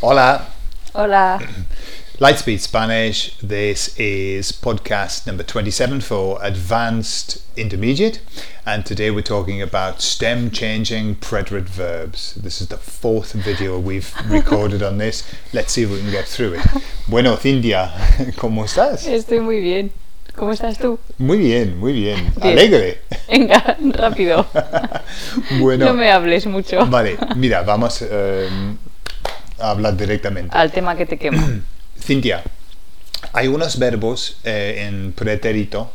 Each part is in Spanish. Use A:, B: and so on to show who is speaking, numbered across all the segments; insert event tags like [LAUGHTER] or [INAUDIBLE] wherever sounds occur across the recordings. A: Hola.
B: Hola.
A: Lightspeed Spanish. This is podcast number 27 for advanced intermediate. And today we're talking about stem changing preterite verbs. This is the fourth video we've recorded on this. Let's see if we can get through it. Bueno, Cintia, [LAUGHS] ¿cómo estás?
B: Estoy muy bien. ¿Cómo estás tú?
A: Muy bien, muy bien.
B: Bien.
A: Alegre.
B: Venga, rápido.
A: Bueno,
B: No me hables mucho
A: vale, mira, vamos em, a hablar directamente.
B: al tema que
A: [CLEARS THROAT]
B: te quema.
A: Cintia, hay unos verbos eh, en pretérito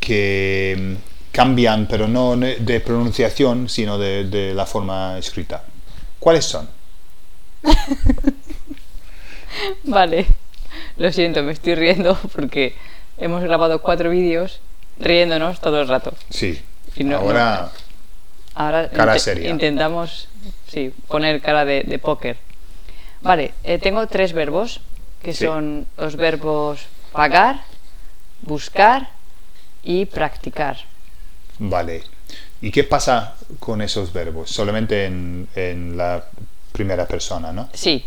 A: que mm, cambian, pero no ne- de pronunciación, sino de, de la forma escrita. ¿Cuáles son?
B: Vale. Lo siento, me estoy riendo porque hemos grabado cuatro vídeos riéndonos todo el rato.
A: Sí.
B: Y no-
A: Ahora,
B: Ahora
A: Cara
B: inte-
A: seria.
B: intentamos sí, poner cara de, de póker. Vale, eh, tengo tres verbos que
A: Sí.
B: son los verbos pagar, buscar y practicar.
A: vale. ¿Y qué pasa con esos verbos? Solamente en, en la primera persona, ¿no?
B: Sí.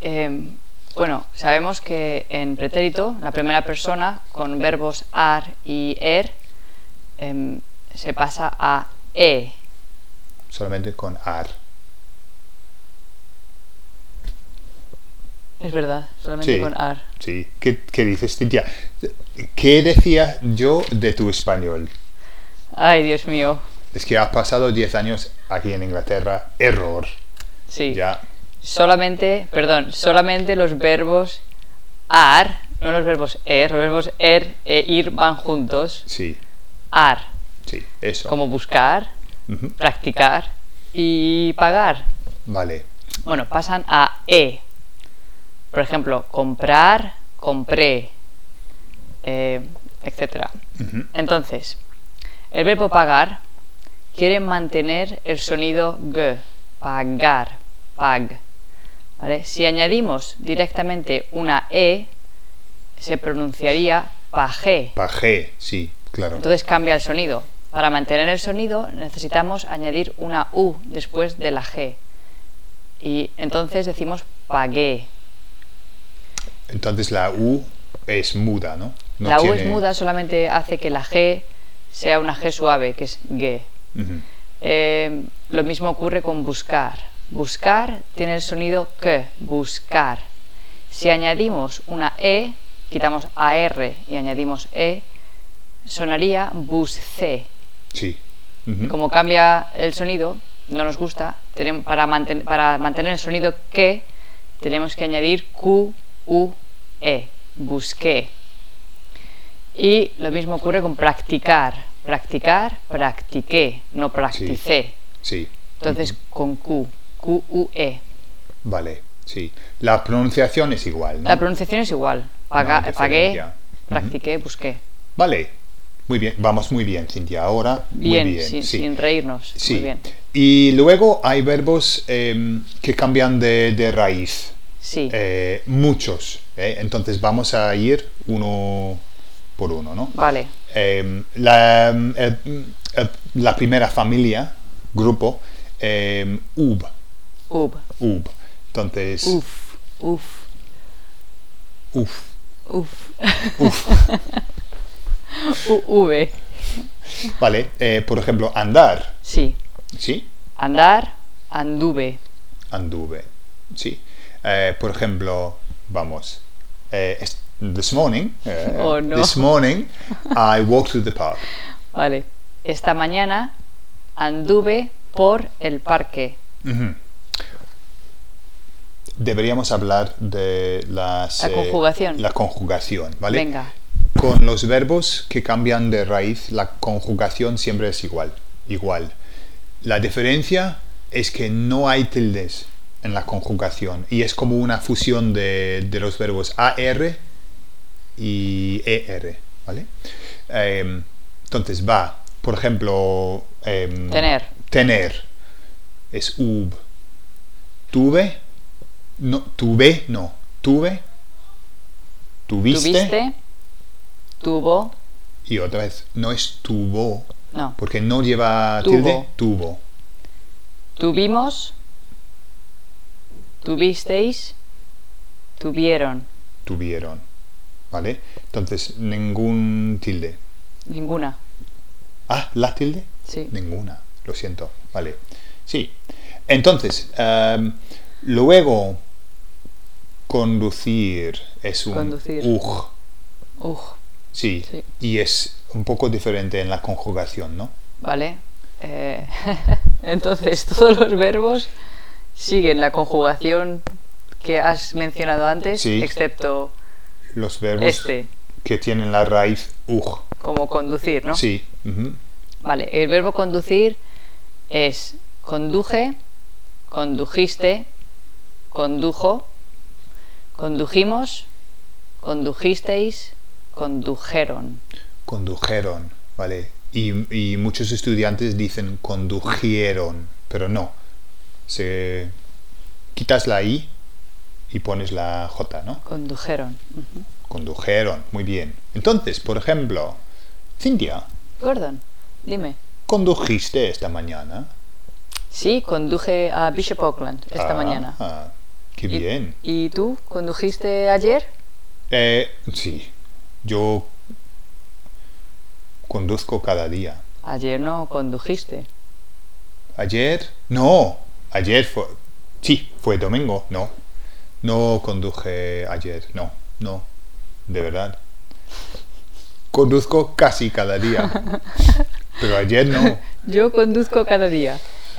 B: Em, bueno, sabemos que en pretérito, la primera persona, con verbos ar y er, em, se pasa a e.
A: Solamente con ar.
B: Es verdad, solamente
A: Sí.
B: con ar.
A: Sí. ¿Qué, qué dices, Cintia? ¿Qué decía yo de tu español?
B: Ay, Dios mío.
A: Es que has pasado 10 años aquí en Inglaterra. Error.
B: Sí.
A: Ya.
B: Solamente, perdón, solamente los verbos ar, no los verbos er, los verbos er e ir van juntos.
A: Sí,
B: Ar,
A: sí, eso.
B: como buscar,
A: Ujú,
B: practicar y pagar.
A: Vale,
B: Bueno, pasan a E. Por ejemplo, comprar, compré, eh, etc.
A: Ujú.
B: Entonces, el verbo pagar quiere mantener el sonido G. Pagar, pag. ¿Vale? Si añadimos directamente una E, se pronunciaría pagé.
A: pajé, sí, claro.
B: Entonces cambia el sonido. Para mantener el sonido necesitamos añadir una U después de la G. Y entonces decimos pagué.
A: Entonces la U es muda, ¿no? No
B: la U es
A: tiene-
B: muda, solamente hace que la G sea una G suave, que es G.
A: Ujú,
B: Eh, lo mismo ocurre con buscar. Buscar tiene el sonido que, buscar. Si añadimos una E, quitamos AR y añadimos E, sonaría busce.
A: Sí. ujú,
B: como cambia el sonido, no nos gusta, tenem- para, manten- para mantener el sonido que, tenemos que añadir Q, U, E, busqué. Y lo mismo ocurre con practicar. Practicar, practiqué, no practicé.
A: Sí,
B: Entonces con Q, Q, U, E.
A: vale, sí. La pronunciación es igual, ¿no?
B: La pronunciación es igual. Paga-
A: No hay
B: pagué,
A: diferencia.
B: practiqué, busqué.
A: Vale, muy bien, vamos muy bien, Cintia, ahora.
B: Bien,
A: muy bien,
B: sin,
A: sí.
B: sin reírnos.
A: sí.
B: Muy bien.
A: Y luego hay verbos em, que cambian de, de raíz,
B: Sí.
A: eh, muchos. ¿eh? Entonces vamos a ir uno por uno, ¿no?
B: Vale.
A: Eh, la, eh, eh, la primera familia, grupo, eh, UB,
B: Ub.
A: UB. Entonces,
B: Uf. Uf.
A: uf,
B: Uf.
A: uf.
B: [LAUGHS] U- V.
A: Vale, eh, por ejemplo, andar,
B: Sí.
A: ¿sí?
B: Andar, anduve.
A: Anduve, ¿sí? Eh, por ejemplo, vamos, eh, es- this morning, eh,
B: Oh, no.
A: this morning, I walked through the park.
B: Vale. Esta mañana anduve por el parque.
A: Ujú. Deberíamos hablar de las, eh,
B: La conjugación.
A: la conjugación, ¿vale?
B: Venga.
A: Con los verbos que cambian de raíz, la conjugación siempre es igual. Igual. La diferencia es que no hay tildes en la conjugación y es como una fusión de, de los verbos AR y ER, ¿vale? Em, entonces va, por ejemplo, em,
B: Tener.
A: Tener es ub. Tuve, no, tuve, no, tuve,
B: Tuviste. Tuvo.
A: y otra vez, no es tuvo,
B: No.
A: porque no lleva
B: Tuvo.
A: tilde, tuvo.
B: Tuvimos. Tuvisteis, tuvieron,
A: tuvieron. ¿Vale? Entonces, ningún tilde.
B: ninguna.
A: Ah, ¿la tilde?
B: Sí.
A: Ninguna, lo siento. Vale. Sí. Entonces, em, luego, conducir es un
B: Conducir.
A: uj.
B: Uj,
A: Sí.
B: Sí.
A: Y es un poco diferente en la conjugación, ¿no?
B: vale. Eh, [LAUGHS] entonces, todos los verbos siguen la conjugación que has mencionado antes,
A: Sí.
B: excepto
A: Los verbos
B: este,
A: que tienen la raíz uj.
B: como conducir, ¿no?
A: Sí. ujú.
B: Vale, el verbo conducir es conduje, condujiste, condujo, condujimos, condujisteis, condujeron.
A: Condujeron, ¿vale? Y, y muchos estudiantes dicen condujeron, pero no. Se quitas la i y pones la j, ¿no?
B: Condujeron. Ujú.
A: Condujeron, muy bien. Entonces, por ejemplo, Cintia,
B: Gordon, dime.
A: condujiste esta mañana.
B: Sí, conduje a Bishop Auckland esta
A: Ah,
B: mañana.
A: ah, qué
B: ¿Y-
A: bien.
B: ¿Y tú condujiste ayer?
A: Eh, sí, yo conduzco cada día.
B: Ayer no condujiste.
A: Ayer, no, ayer fue, sí, fue domingo, no, no conduje ayer, no, no, de verdad. Conduzco casi cada [LAUGHS] día, pero ayer [LAUGHS] no,
B: Yo conduzco cada día.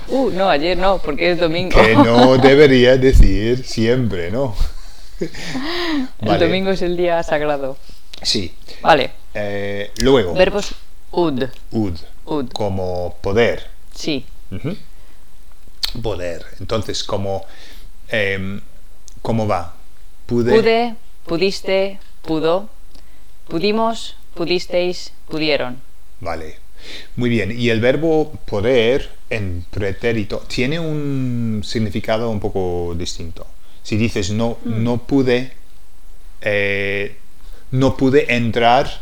B: Uh, no, ayer no, porque es domingo.
A: que no debería decir siempre, ¿no?
B: [LAUGHS] El
A: Vale,
B: domingo es el día sagrado.
A: Sí,
B: Vale,
A: eh, luego,
B: verbos ud.
A: ud,
B: Ud,
A: como poder.
B: sí.
A: Ujú. Poder, entonces, como, em, ¿cómo va?
B: Pude, pudiste, pudo. Pudimos, pudisteis, pudieron.
A: Vale. Muy bien. Y el verbo poder en pretérito tiene un significado un poco distinto. Si dices no, no pude, eh, no pude entrar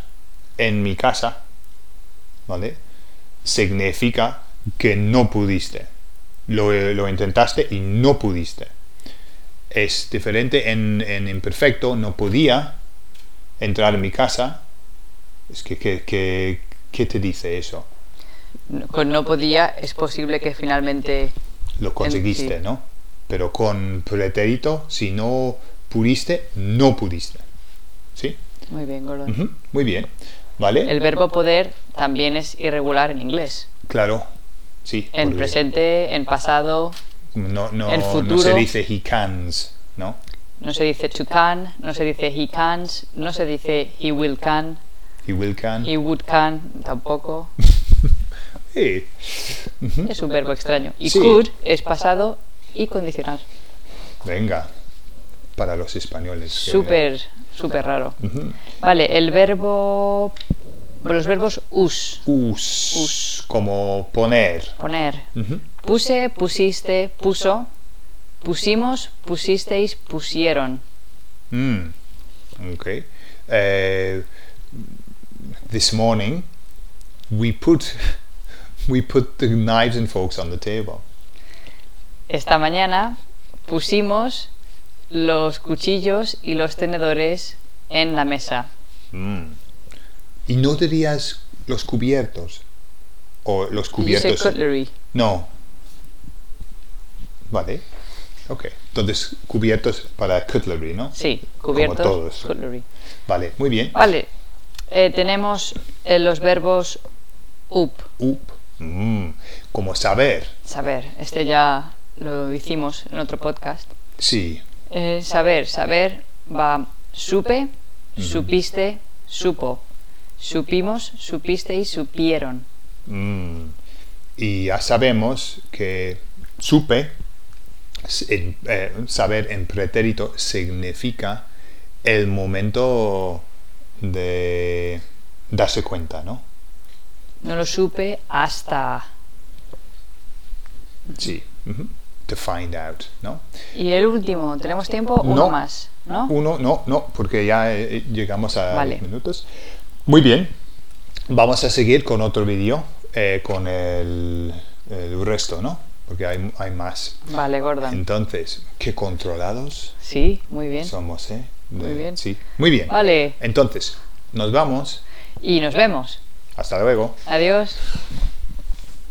A: en mi casa, ¿vale? Significa que no pudiste. Lo, lo intentaste y no pudiste. Es diferente en, en imperfecto, no podía entrar en mi casa. Es que, que, que- ¿qué te dice eso?
B: No- Con no podía es posible que finalmente...
A: Lo conseguiste,
B: sí.
A: ¿no? Pero con pretérito, si no pudiste, no pudiste. ¿Sí?
B: Muy bien, Gordon.
A: Ujú, Muy bien. ¿Vale?
B: El verbo poder también es irregular en inglés.
A: Claro. Sí.
B: En
A: porque
B: presente, en pasado,
A: No, no,
B: en
A: no se
B: futuro.
A: dice he cans, ¿no?
B: no se dice to can, no se dice he cans, no se dice he will can,
A: He will can.
B: he would can tampoco.
A: Sí.
B: Es un verbo extraño. Y
A: Sí.
B: could es pasado y condicional.
A: Venga. Para los españoles. que-
B: Súper, súper raro.
A: Ujú.
B: Vale, el verbo. Los verbos us,
A: Us, Como poner.
B: poner.
A: Ujú.
B: Puse, pusiste, puso. Pusimos, pusisteis, pusieron.
A: Mm, Okay. Uh, this morning, we put [LAUGHS] we put the knives and forks on the table.
B: Esta mañana pusimos los cuchillos y los tenedores en la mesa.
A: Mm. Y no dirías los cubiertos o los
B: You say
A: cubiertos.
B: cutlery.
A: No. Vale. Okay. Entonces cubiertos para cutlery, ¿no?
B: Sí, Ah. cubiertos.
A: todos.
B: Cutlery.
A: Vale. Muy bien.
B: Vale, eh, tenemos eh, los verbos up,
A: Up. Mm, Como saber.
B: saber. Este ya lo hicimos en otro podcast.
A: Sí.
B: Eh, saber, saber va supe, supiste, supo. Supimos, supisteis, supieron.
A: Mm. Y ya sabemos que supe, s- en- eh, saber en pretérito, significa el momento de darse cuenta, ¿no?
B: No lo supe hasta.
A: Sí. ujú. To find out, ¿no?
B: Y el último, ¿tenemos tiempo? Uno
A: No.
B: más, ¿no?
A: Uno, no, no, porque ya eh, eh, llegamos a
B: Vale.
A: 10 minutos. Muy bien, vamos a seguir con otro vídeo, eh, con el, el resto, ¿no? porque hay, hay más.
B: Vale, Gordon.
A: Entonces, qué controlados
B: Sí, muy bien.
A: somos, ¿eh? De-
B: Muy bien.
A: Sí, muy bien.
B: Vale,
A: Entonces, nos vamos.
B: y nos vemos.
A: Hasta luego.
B: Adiós.